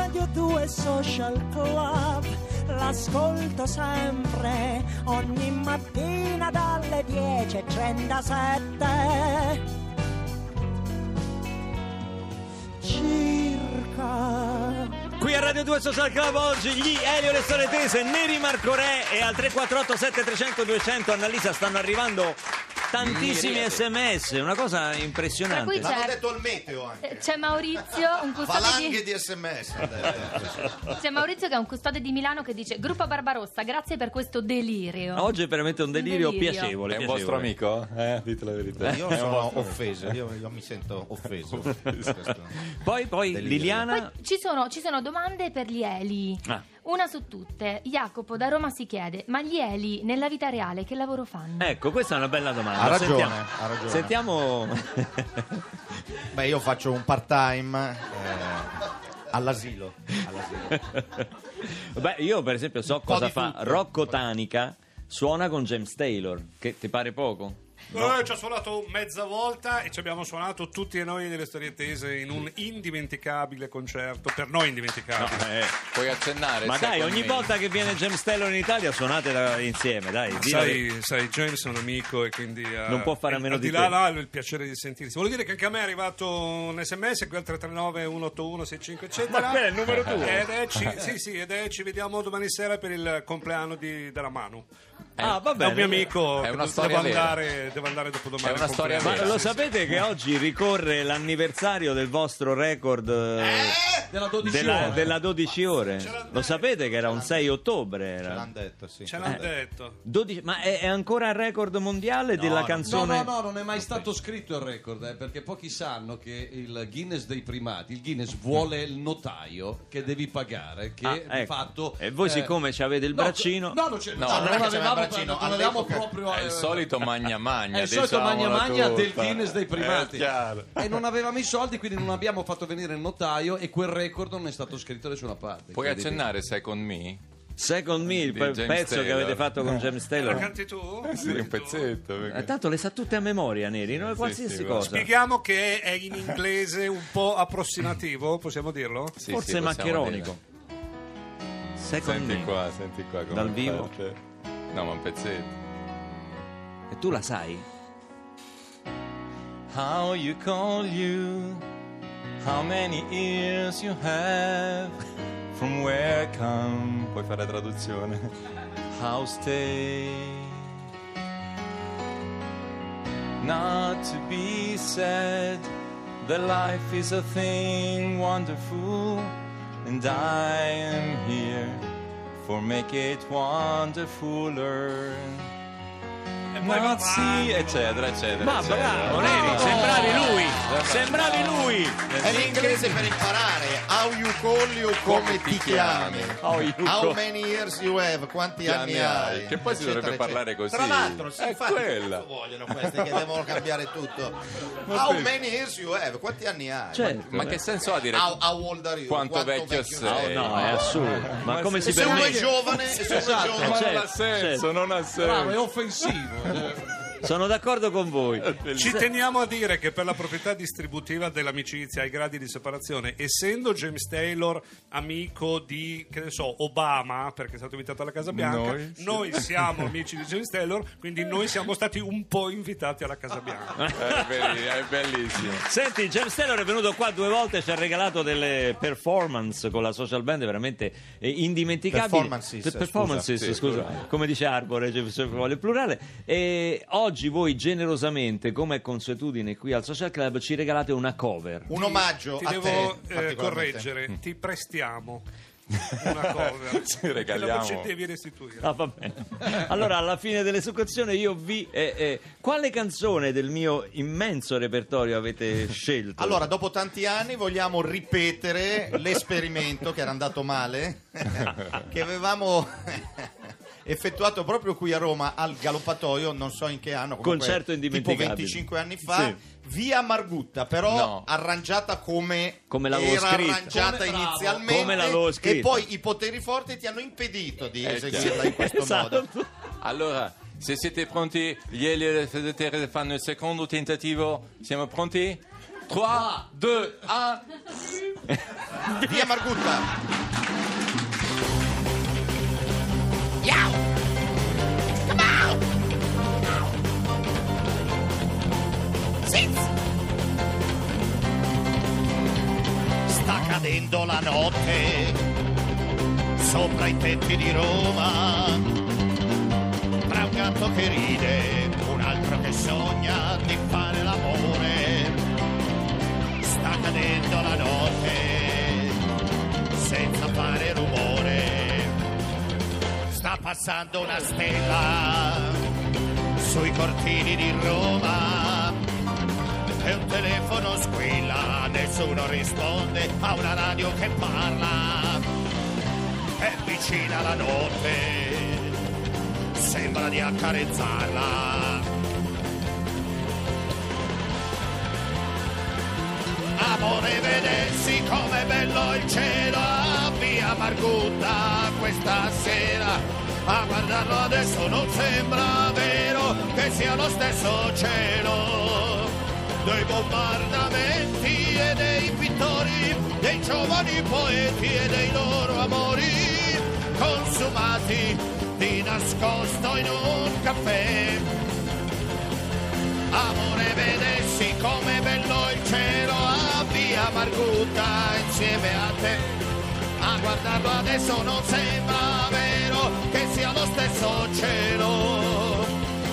al social club. L'ascolto sempre, ogni mattina dalle 10.37. Circa. Qui a Radio 2 Social Club oggi gli Elio le Storie Tese, Neri Marco Re e al 348 7300 200 Annalisa stanno arrivando tantissimi Miriade. sms, una cosa Tra cui impressionante. c'è- L'hanno detto il meteo Eh, anche. C'è Maurizio, un custode Valanghe di... di sms. adesso. C'è Maurizio che è un custode di Milano che dice Gruppo Barbarossa, grazie per questo delirio. Oggi è veramente un delirio, Delirio. piacevole. È un piacevole. vostro amico? Eh, dite la verità. Io È un sono vostro- offeso, io, io mi sento offeso. Poi, poi Delirio. Liliana. Poi ci sono, ci sono domande per gli Eli. Ah. Una su tutte, Jacopo da Roma si chiede: Ma gli Eli nella vita reale che lavoro fanno? Ecco, questa è una bella domanda. Ha ragione, Sentiamo. ha ragione. Sentiamo. Beh, io faccio un part time all'asilo. all'asilo. Beh, io per esempio so po' cosa di fa tutto. Rocco Tanica, suona con James Taylor, che ti pare poco? Eh, ci ha suonato mezza volta e ci abbiamo suonato tutti e noi delle storie tese in un indimenticabile concerto. Per noi indimenticabile. eh, Puoi accennare? Ma se dai, con ogni me. volta che viene James Taylor in Italia suonate da- insieme, dai. dillo Eh, che- Sai, sai, James è un amico e quindi eh, Non può fare a meno al di là, te. là, il piacere di sentirsi. Voglio dire che anche a me è arrivato un sms qui al 339 181 65 eccetera. Eh, Ma quello è il numero tuo. Ed è ci, sì, sì, ed è ci vediamo domani sera per il compleanno di, della Manu. Ah, È va un mio bene. amico, È che una devo- storia devo, vera. andare, devo andare dopo domani. È una al storia Ma compleanno. vera. lo Sì, sì. sapete che oggi ricorre l'anniversario del vostro record eh, Della 12 della, ore. della 12 ore? ce l'hanno detto. Lo sapete che era un 6 ottobre? Ce Era. l'hanno Certo. detto, sì. Ce l'hanno Eh. detto. 12 ma è, è ancora il record mondiale della No, canzone? no, no, non è mai stato scritto il record, eh, perché pochi sanno che il Guinness dei primati, il Guinness vuole il notaio che devi pagare, che Ah, di ecco. fatto... eh, E voi siccome ci avete il no, braccino- No, non, c'è, No, no, non non, è c'era che il avevamo, braccino, non avevamo all'epoca- proprio... È eh, il solito magna magna. È il solito magna diciamola magna tutta. del Guinness dei primati. È chiaro. E non avevamo i soldi, quindi non abbiamo fatto venire il notaio e quel record non è stato scritto da nessuna parte. Puoi Quindi- accennare Second Me? Second Me, il Di pe- James pezzo che Taylor. avete fatto con James La Taylor. canti tu? Eh, Sì, un pezzetto. Eh, perché- Tanto le sa tutte a memoria, Neri, non è sì, qualsiasi sì, guarda. cosa. Spieghiamo che è in inglese un po' approssimativo, possiamo dirlo? Sì, sì, Forse possiamo maccheronico. dire. Second Senti Me. qua, senti qua. come cioè. Dal vivo. parte. No, ma un pezzetto. E tu la sai? How you call you, how many ears you have, from where come. Puoi fare la traduzione. How stay. Not to be said, the life is a thing wonderful, and I am here for make it wonderfuler. Not see, eccetera, eccetera. Ma eccetera. bravo, Neri, sembravi lui! Sembravi lui! È l'inglese per imparare how you call you, come ti chiami. How you How call- many years you have, quanti anni Piani hai. hai. Che poi si eccetera, eccetera. dovrebbe parlare così. Tra l'altro, sì, È infatti, che quella. cazzo vogliono queste che devono cambiare tutto. How sì. many years you have, quanti anni hai. Certo. Ma che senso ha dire How, how old are you? quanto vecchio sei? Oh, No, è assurdo. Ma come si Se uno è permette? giovane, e se uno è Esatto. giovane. oh, Ma non Certo, ha senso, certo. non ha Bravo, senso. è offensivo. Eh, Sono d'accordo con voi. Ci teniamo a dire che per la proprietà distributiva dell'amicizia ai gradi di separazione, essendo James Taylor amico di, che ne so, Obama, perché è stato invitato alla Casa Bianca, Noi, noi, sì. siamo amici di James Taylor, quindi noi siamo stati un po' invitati alla Casa Bianca. Eh, È, belli- è bellissimo. Senti, James Taylor è venuto qua due volte e ci ha regalato delle performance con la social band veramente eh, indimenticabili. Performances, Pe- performances, scusa, sì, scusa, come dice Arbore, cioè, se vuole il plurale. E oggi voi generosamente, come è consuetudine qui al Social Club, ci regalate una cover. Un omaggio Ti a devo te, eh, particolarmente. correggere, ti prestiamo una cover. Ci regaliamo. Te la Ci devi restituire. Ah, va bene. Allora, alla fine delle succuzioni io vi... eh, eh, quale canzone del mio immenso repertorio avete scelto? Allora, dopo tanti anni vogliamo ripetere l'esperimento che era andato male, che avevamo effettuato proprio qui a Roma al Galoppatoio, non so in che anno, comunque, Concerto tipo indimenticabile. 25 anni fa, Sì. via Margutta, però No. arrangiata come, Come l'avevo era scritta. arrangiata Come- bravo. inizialmente Come l'avevo e scritta. poi i poteri forti ti hanno impedito di Eh, eseguirla chiaro. in questo modo. certo. Esatto. Allora, se siete pronti, gli Eli e le Terre fanno il secondo tentativo. Siamo pronti? 3, 2, 1. Via Margutta. cadendo la notte sopra i tetti di Roma. Tra un gatto che ride, un altro che sogna di fare l'amore. Sta cadendo la notte senza fare rumore. Sta passando una stella sui cortili di Roma e un telefono squilla, nessuno risponde a una radio che parla. È vicina la notte, sembra di accarezzarla. Amore, vedersi com'è bello il cielo, ah, via Margutta questa sera. A guardarlo adesso non sembra vero che sia lo stesso cielo dei bombardamenti e dei pittori, dei giovani poeti e dei loro amori consumati di nascosto in un caffè. Amore, vedersi come bello il cielo a via Margutta insieme a te. A guardarlo adesso non sembra vero che sia lo stesso cielo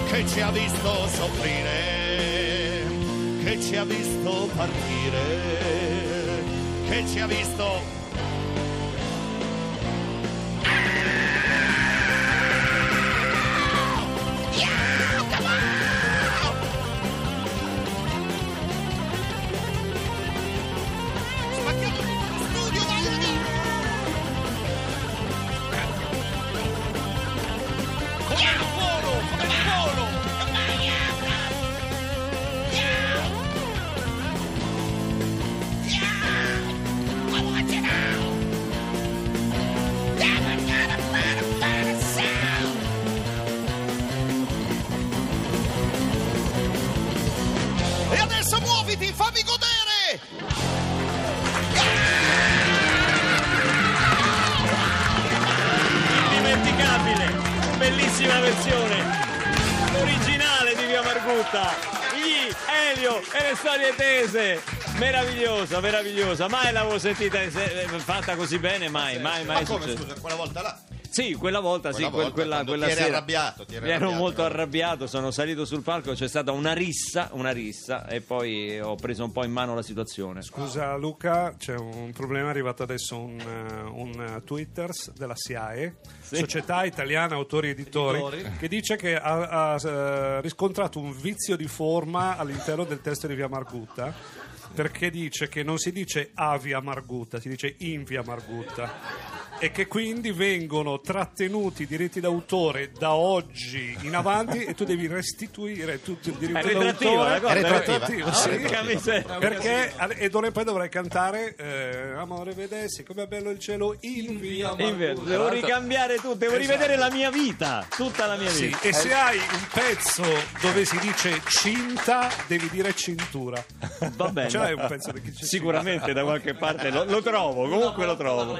che ci ha visto soffrire, che ci ha visto partire, che ci ha visto E adesso muoviti, fammi godere! indimenticabile, bellissima versione originale di Via Margutta, gli Elio e le storie tese. Meravigliosa, meravigliosa, mai l'avevo sentita eh, se- eh, fatta così bene, mai, mai, mai. Ma come, successo. scusa, quella volta là? Sì, quella volta, Quella sì, quel- volta, quella, quando quella ti eri sera. arrabbiato, ti eri Mi ero arrabbiato, molto quella volta. arrabbiato, sono salito sul palco, c'è stata una rissa, una rissa e poi ho preso un po' in mano la situazione. Scusa Luca, c'è un problema, è arrivato adesso un, eh, un Twitter della SIAE, Società Italiana Autori Editori, Editori. che dice che ha, ha, eh, riscontrato un vizio di forma all'interno del testo di Via Margutta, perché dice che non si dice a Via Margutta, si dice in Via Margutta. E che quindi vengono trattenuti i diritti d'autore da oggi in avanti e tu devi restituire tutto il diritto È retroattiva d'autore. la cosa, È retroattiva. Retroattivo, Ah, sì. retroattiva. Porca miseria. Perché al- e dovre- poi dovrei cantare eh, Amore vedessi com'è bello il cielo in via Inve- Margutta. Devo ricambiare tutto, devo Esatto. rivedere la mia vita, tutta la mia Sì, vita. e se hai un pezzo dove si dice cinta, devi dire cintura. Va bene. Ce l'hai un pezzo di chi c'è Sicuramente da qualche parte lo, lo trovo, comunque lo trovo.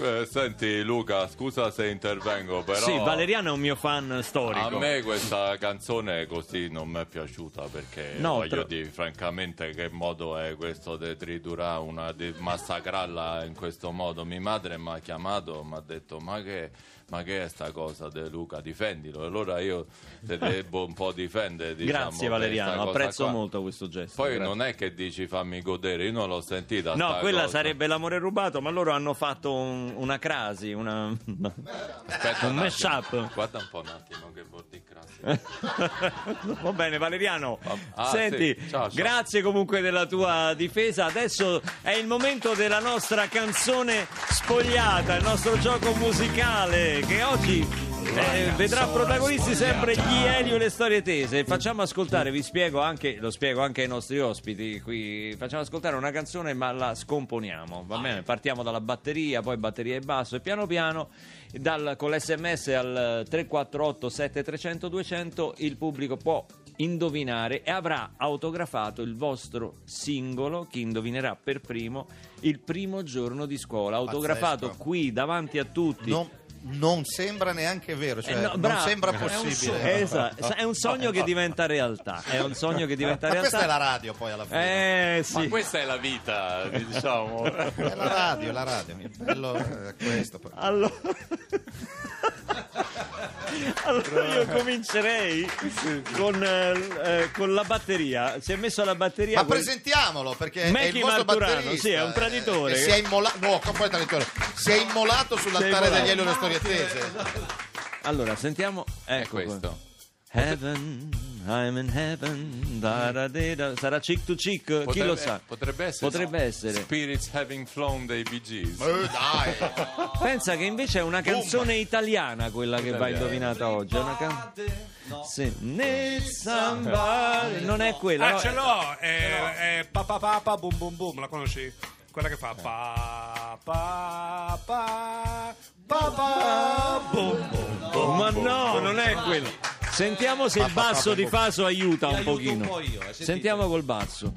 Eh, senti Luca, scusa se intervengo, però Sì, Valeriano è un mio fan a storico. me questa canzone così non mi è piaciuta perché No, voglio tra- dire francamente che modo è questo di triturare una di massacrarla in questo modo. Mia madre mi ha chiamato, mi ha detto "Ma che ma che è sta cosa di Luca, difendilo". E Allora io te devo un po' difendere, diciamo, Grazie per sta Valeriano, cosa apprezzo qua. molto questo gesto. Poi grazie. non è che dici fammi godere, io non l'ho sentita. No, sta quella cosa. sarebbe l'amore rubato, ma loro hanno fatto un- una crasi, una... Aspetta un attimo. mashup. Guarda un po' un attimo che vuol dire grazie. Va bene, Valeriano. Ah, senti, sì. Ciao, ciao. grazie comunque della tua difesa. Adesso è il momento della nostra canzone spogliata, il nostro gioco musicale che oggi. eh, vedrà protagonisti sempre gli Elio e le storie tese. Facciamo ascoltare, vi spiego anche, lo spiego anche ai nostri ospiti qui. Facciamo ascoltare una canzone, ma la scomponiamo. Va bene? Partiamo dalla batteria, poi batteria e basso, e piano piano dal- con l'SMS al 348 7300 200 il pubblico può indovinare e avrà autografato il vostro singolo chi indovinerà per primo il primo giorno di scuola autografato qui davanti a tutti Non, non sembra neanche vero, cioè Eh, no, non bravo. sembra È un, possibile. sogno. Esatto. Sa- è un sogno che diventa realtà. È un sogno che diventa Ma questa è la realtà. radio poi alla fine. Eh sì. Ecco Ma questa è la vita, diciamo. È la radio, è la radio. Il bello è questo. poi. Allora... Allora io comincerei con, eh, l- eh, con la batteria. Si è messo la batteria. Ma quel- presentiamolo perché è Mackie il nostro Marturano, batterista. sì, è un traditore. eh, che Si è immolato, no, come poi traditore. Si è immolato sull'altare immolato. Esatto. degli Elio Storiatese. Allora, sentiamo. Ecco È questo. qua. Heaven, I'm in heaven. da da de da. Sarà chick to chick, chi lo sa? Potrebbe essere. Potrebbe essere. Spirits having flown dei Bee Gees. Eh, dai. Pensa che invece è una canzone italiana quella che va indovinata oggi. È una can- Sì. Need somebody. Non è quella. Ah, no, eh. ce è- l'ho! È, è pa pa pa pa boom boom boom, la conosci? Quella che fa pa pa pa pa pa boom boom. Ma no, non è quella. Sentiamo se il basso di Faso aiuta un aiuto un pochino. po' io, eh, sentite. Sentiamo col basso.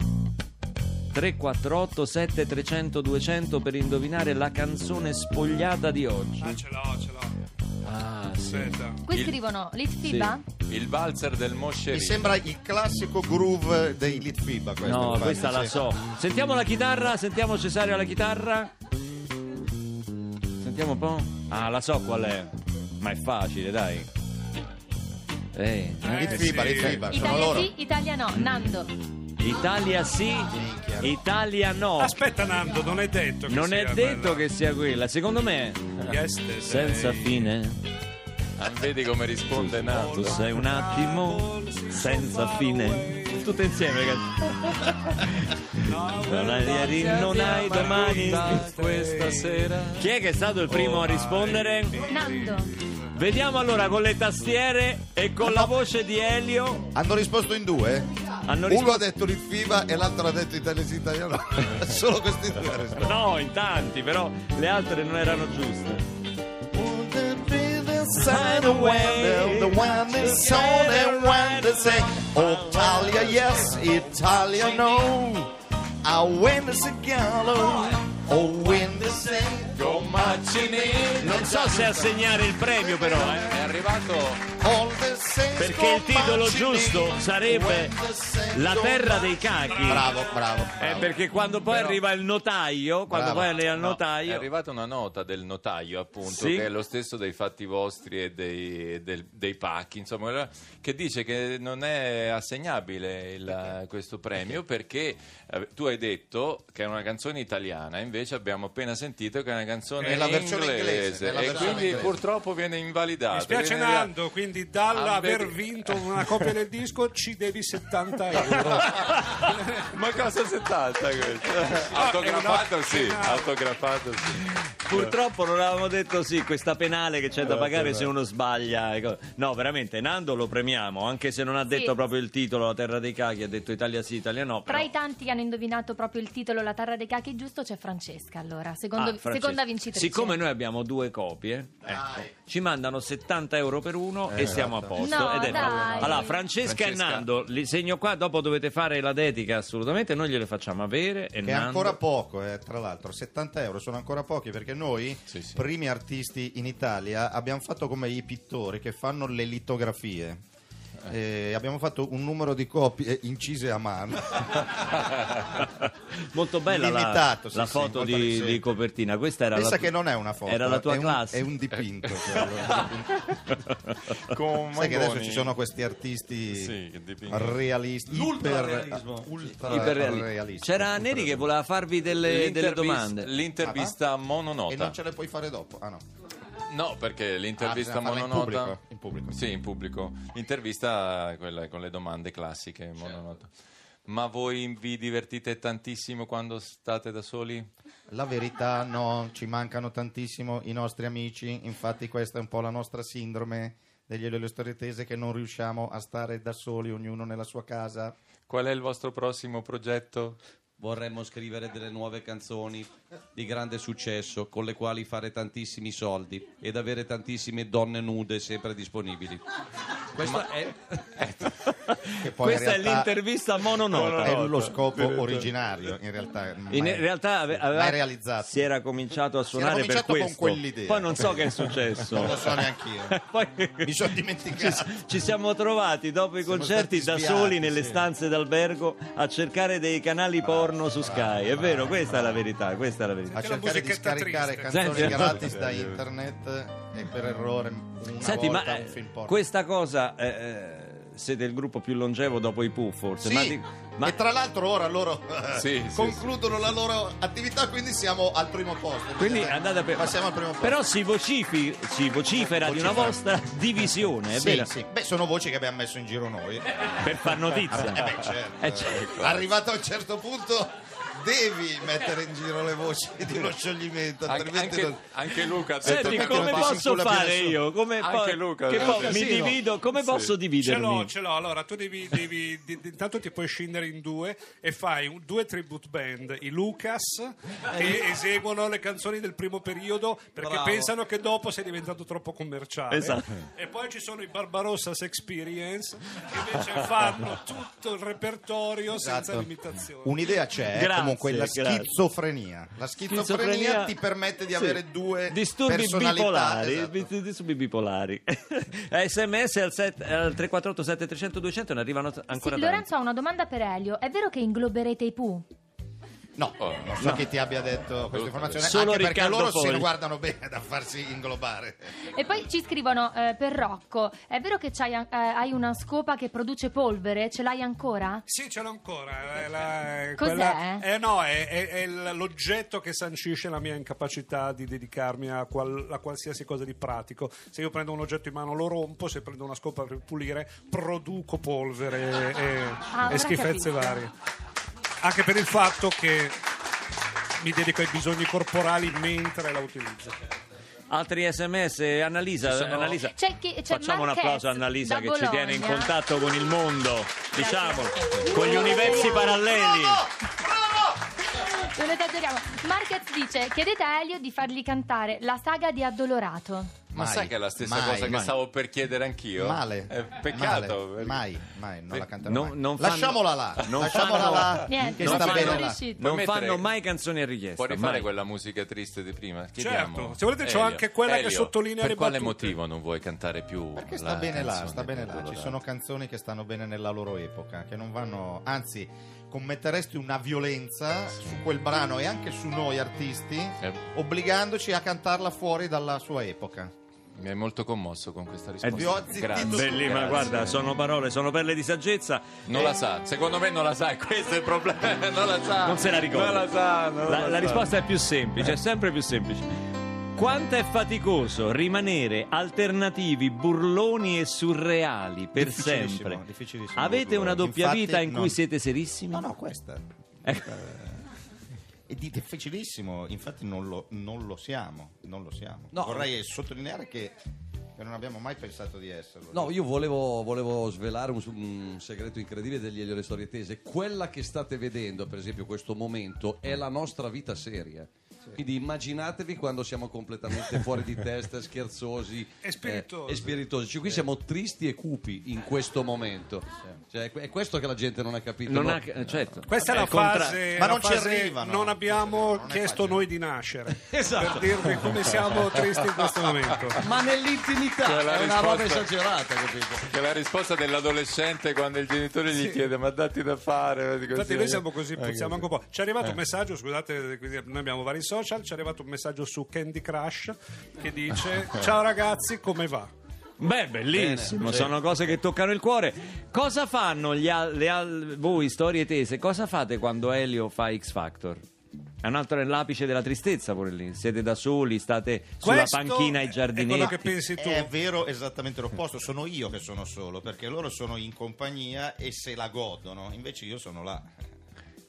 348 7300 200 per indovinare la canzone spogliata di oggi. Ah, ce l'ho, ce l'ho. Ah, sì. Aspetta. Qui Il- scrivono Litfiba? Il valzer del Mi Moscerino. sembra il classico groove dei Litfiba. questo, No, infatti, questa la sì. so. Sentiamo la chitarra, sentiamo Cesario alla chitarra. Sentiamo un po'. Ah, la so qual è. Ma è facile, dai. Ehi, eh. Litfiba, Litfiba, sono Italia loro. sì, Italia no. Nando. Italia sì, Italia no. Aspetta, Nando, non è detto che Non sia è detto quella. che sia quella. Secondo me, Yes, eh, te senza sei. fine. Ah, Vedi come risponde Tu Nato. sei un attimo senza fine. Tutte insieme, ragazzi. Non hai, non hai domani. Questa sera. Chi è che è stato il primo a rispondere? Nando. Vediamo allora con le tastiere e con la voce di Elio. Hanno risposto in due? Hanno Uno risposto- ha detto Litfiba e l'altro ha detto Italia sì, Italia no. Solo questi due hanno risposto. No, in tanti, però le altre non erano giuste. Sign away, the one that's on and one that's say, Oh, Italia, yes, Italia, no. I win the cigano, oh, win the single martini. Non so se assegnare il premio, però, eh. È arrivato All the single Perché il titolo martini. giusto sarebbe When the single La terra dei martini. cachi. Bravo, bravo. Eh, bravo. perché quando poi arriva il notaio, quando Bravo. poi arriva il No, è notaio, arrivata una nota del notaio, appunto, Sì. che è lo stesso dei fatti vostri e dei, e del- dei pacchi, insomma, che dice che non è assegnabile il- questo premio perché eh, tu hai detto che è una canzone italiana, invece abbiamo appena sentito che è una canzone Nella versione inglese, nella e versione quindi inglese. purtroppo viene invalidata. Mi spiace Viene- Nando, quindi dall'aver Ah, vedi. vinto una copia del disco ci devi 70 euro. Ma cosa 70 questo? autografato sì, autografato sì. purtroppo non avevamo detto sì, questa penale che Eh, c'è da pagare se uno sbaglia. e co- No, veramente, Nando lo premiamo, anche se non ha detto proprio il titolo La terra dei cachi, ha detto Italia sì, Italia no. Tra però- i tanti che hanno indovinato proprio il titolo La Terra dei Cachi giusto c'è Francesca allora, secondo- Ah, Francesca, seconda vincitrice. Siccome noi abbiamo due copie, ecco, ci mandano 70 euro per uno e Esatto. siamo a posto. No, Ed è- dai. Allora, Francesca, e Francesca. Nando, li segno qua, dopo dovete fare la dedica assolutamente, noi gliele facciamo avere. E Che è Nando- ancora poco, eh, tra l'altro, 70 euro sono ancora pochi perché noi, Sì, sì. primi artisti in Italia, abbiamo fatto come i pittori che fanno le litografie. Eh, abbiamo fatto un numero di copie eh, incise a mano Molto bella la- Limitato, la, sì, sì, foto molto di, recente. di copertina. Questa era pensa la che non è una foto eh. Era la tua è un, classe. è un dipinto quello. Con sai che adesso Magoni. ci sono questi artisti Sì, che dipingono. realisti iper, L'ultrarealismo. ultra- Iperreali- realisti. C'era Neri che voleva farvi Eh, delle, delle L'intervis- domande. L'intervista e non mononota. ce le puoi fare dopo ah no No, perché l'intervista Ah, bisogna farla in mononota. pubblico, in pubblico. Sì, in pubblico. L'intervista quella con le domande classiche Certo. mononota. Ma voi vi divertite tantissimo quando state da soli? La verità no, ci mancano tantissimo i nostri amici, infatti questa è un po' la nostra sindrome degli Elio Storietese che non riusciamo a stare da soli, ognuno nella sua casa. Qual è il vostro prossimo progetto? Vorremmo scrivere delle nuove canzoni di grande successo con le quali fare tantissimi soldi ed avere tantissime donne nude sempre disponibili. Questa è Che poi in Questa è realtà l'intervista mononota. È lo scopo originario, in realtà. non In mai- realtà ave- mai aveva- realizzato. si era cominciato a suonare cominciato per con questo. quell'idea. Poi non so che è Non lo successo. so neanche io. Poi Mi sono dimenticato. ci siamo trovati dopo i Siamo concerti stati da spiati, soli nelle sì. stanze d'albergo a cercare dei canali porno su Sky. È vero, questa è la verità, questa è la verità. A cercare di musichetta scaricare triste. canzoni Senti, gratis da internet e per errore una Senti, volta ma un eh, film porno. questa cosa eh, eh, siete il gruppo più longevo dopo i Pooh forse, Sì, ma, di- ma- e tra l'altro ora loro Sì, sì, concludono la loro attività, quindi siamo al primo posto. quindi Vedete? andate per eh, Passiamo al primo posto. Però si, vocifi- si vocifera di una Vocifera. vostra divisione, è Sì, vero? Eh. sì. Beh, sono voci che abbiamo messo in giro noi. Per far notizia. Eh beh, certo. Eh, certo. Arrivato a un certo punto devi mettere in giro le voci di uno scioglimento, Anche, altrimenti anche- non... anche Luca ha Eh, detto Senti, che come non si posso inculla più fare nessuno. io? Come po- Anche Luca, eh, che è un poi mi casino. divido? Come posso Ce l'ho, dividermi? ce l'ho. Allora, tu devi, devi- di- di- intanto ti puoi scindere in due e fai un- due tribute band, i Lucas, che eseguono le canzoni del primo periodo perché Bravo. pensano che dopo sei diventato troppo commerciale. Esatto. E poi ci sono i Barbarossas Experience, che invece fanno tutto il repertorio senza Esatto. limitazioni. Un'idea c'è, eh, Grazie, comunque la grazie. schizofrenia. La schizofrenia, Schizofrenia- ti permette di Sì. avere due disturbi personalità. bipolari. esatto. bi- Disturbi bipolari. SMS al, set- al 348 7300 200 ne arrivano t- Sì, ancora tanti. Lorenzo ha una domanda per Elio. È vero che ingloberete i Pooh? No, Oh, non so chi ti abbia detto questa informazione, Solo anche perché Riccardo loro se Fogli. ne guardano bene da farsi inglobare. E poi ci scrivono eh, per Rocco. È vero che c'hai, an- eh, hai una scopa che produce polvere? Ce l'hai ancora? Sì, ce l'ho ancora. eh, la- eh, Cos'è? eh, no, è, è- è l- l'oggetto che sancisce la mia incapacità di dedicarmi a, qual- a qualsiasi cosa di pratico. Se io prendo un oggetto in mano lo rompo, se prendo una scopa per pulire produco polvere e, e Ah, ora schifezze capisco. varie. Anche per il fatto che mi dedico ai bisogni corporali mentre la utilizzo. Altri sms, Annalisa. Annalisa. C'è chi- c'è Facciamo un Marquez applauso a Annalisa da che Bologna. ci tiene in contatto con il mondo, diciamo, Grazie. con gli universi paralleli. Lo adoriamo. Marquez dice: chiedete a Elio di fargli cantare la saga di Addolorato. Ma Mai, sai che è la stessa mai, cosa che mai. stavo per chiedere anch'io? Male, Eh, peccato. male. perché- mai, mai, non la canterò Non- mai. non fanno- Lasciamola là, non lasciamola fanno- là, Niente, che non sta fanno- bene non là. riuscite. Non Puoi fanno mettere- mai canzoni a richiesta. Puoi rifare mai. quella musica triste di prima? Chiediamo. Certo, se volete c'ho Elio, anche quella che Elio, sottolinea Per le quale battute. motivo non vuoi cantare più? Perché la sta bene là, canzone sta bene là. Ci dell'Odorata? sono canzoni che stanno bene nella loro epoca, che non vanno, anzi, commetteresti una violenza su quel brano e anche su noi artisti, Eh. obbligandoci a cantarla fuori dalla sua epoca. Mi hai molto commosso con Eh, questa risposta. vi ho zittito Grazie. tutti. Bellissima, Grazie. guarda, sono parole, sono perle di saggezza. Non la sa, secondo me non la sa, questo è il problema. Non la sa. Non se la ricorda. Non la sa. non La, la la sa. risposta è più semplice, è sempre più semplice. Quanto è faticoso rimanere alternativi, burloni e surreali per Difficilissimo, sempre? difficilissimo. Avete una doppia Infatti, vita in cui non- siete serissimi? No, no, questa. Eh. questa È di- difficilissimo, infatti non lo, non lo siamo, non lo siamo. No. Vorrei sottolineare che, che non abbiamo mai pensato di esserlo. No, io volevo, volevo svelare un, un segreto incredibile degli Elio e le storie tese. Quella che state vedendo, per esempio, questo momento è la nostra vita seria. Quindi immaginatevi quando siamo completamente fuori di testa, scherzosi E spiritosi. Eh. eh, e spiritosi. Cioè, qui siamo tristi e cupi in questo momento. Cioè, è questo che la gente non ha capito. Non Boh. no? ha, eh, certo. Questa è la il contra- fase. Ma la non ci fase arrivano. Non abbiamo Non chiesto è facile. Esatto. noi di nascere. Per dirvi come siamo tristi in questo momento. Ma nell'intimità Cioè, la è una roba risposta- esagerata, capito? Che è la risposta dell'adolescente quando il genitore gli chiede ma datti da fare. vedi così. Infatti, noi siamo così, puzziamo anche un po'. Ci è arrivato un messaggio, scusate, quindi noi abbiamo vari social. Ci è arrivato un messaggio su Candy Crush che dice: Ciao ragazzi, come va? Beh, bellissimo, sono cose che toccano il cuore. Cosa fanno gli al- le al- voi, storie tese? Cosa fate quando Elio fa X Factor? È un altro è l'apice della tristezza, pure lì. Siete da soli, state sulla Questo panchina è quello ai che giardinetti. Eh, pensi tu. È vero esattamente l'opposto, sono io che sono solo, perché loro sono in compagnia e se la godono, invece io sono là.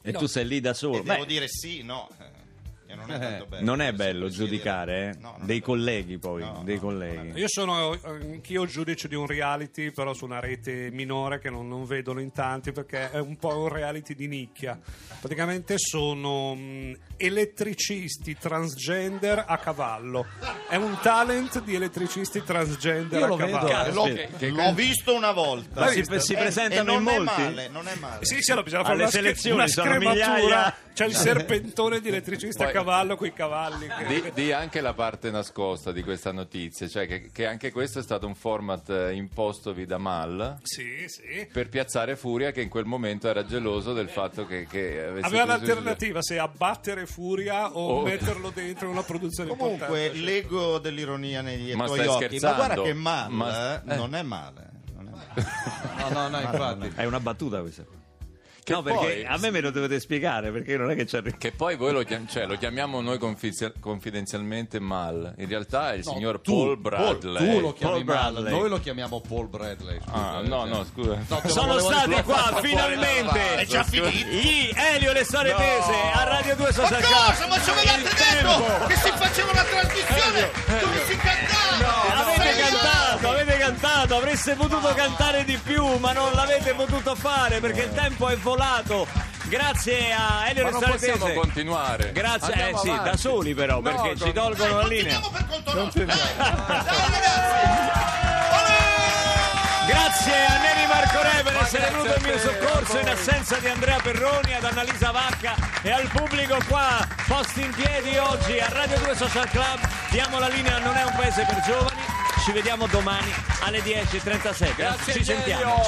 E tu sei lì da solo. E devo Beh, dire sì, no. eh, E non è tanto bello. non è Si bello può giudicare dire- eh? No, non è dei bello. colleghi poi, No, dei no, colleghi. Io sono anch'io giudice di un reality, però su una rete minore che non, non vedono in tanti perché è un po' un reality di nicchia. Praticamente sono mh, elettricisti transgender a cavallo. È un talent di elettricisti transgender Io a lo cavallo. vedo. L'ho, Che- che- l'ho visto una volta. Ma si- Eh, si e presentano non in è molti? male, non è male. Sì, sì, allora bisogna fare Alle una, scre- selezioni una sono scrematura. migliaia. C'è il serpentone di elettricista a Poi- cavallo con i cavalli. che- Di, di anche la parte nascosta di questa notizia, cioè che, che anche questo è stato un format eh, impostovi da Mal Sì, sì. per piazzare Furia che in quel momento era geloso del fatto che, che avesse Aveva preso il- l'alternativa se abbattere Furia o Oh. metterlo dentro in una produzione Comunque, importante. l'ego dell'ironia negli Ma tuoi stai occhi. Ma scherzando? guarda che male, Ma- eh, non è male. Non è male. No, no, no, infatti. È una battuta questa. Che no, perché poi- a me me lo dovete spiegare perché non è che c'è Che poi voi lo, chiam- cioè, lo chiamiamo noi confizia- confidenzialmente Mal, in realtà è il signor tu, Paul, Paul Bradley. tu lo chiami Paul Mal, Bradley. noi lo chiamiamo Paul Bradley. scusa, Ah, eh, no, cioè. no, scusa. No, te lo Sono volevo dire stati sulla qua faccia fuori dalla finalmente È già finito. gli Elio e le storie tese a Radio 2 Ma Social cosa? Ma ci Il avevate tempo. detto che si faceva una trasmissione dove si cantava! Avete Stai cantato, avete cantato, avreste potuto cantare di più, ma non l'avete potuto fare perché il tempo è volato. Grazie a Elio Ma e le non storie possiamo tese. continuare. Grazie, eh Andiamo sì, avanti. da soli però, No, perché ci con- tolgono la linea. Continuiamo per conto nostro! Dai, dai, ragazzi! Grazie a Neri Marco Re per Ma essere grazie venuto in a mio te, soccorso in a voi. assenza di Andrea Perroni, ad Annalisa Vacca e al pubblico qua, posti in piedi oggi a Radio 2 Social Club. Diamo la linea, non è un paese per giovani. Ci vediamo domani alle 10.37. Grazie, Ci sentiamo. Elio.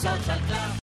Ciao.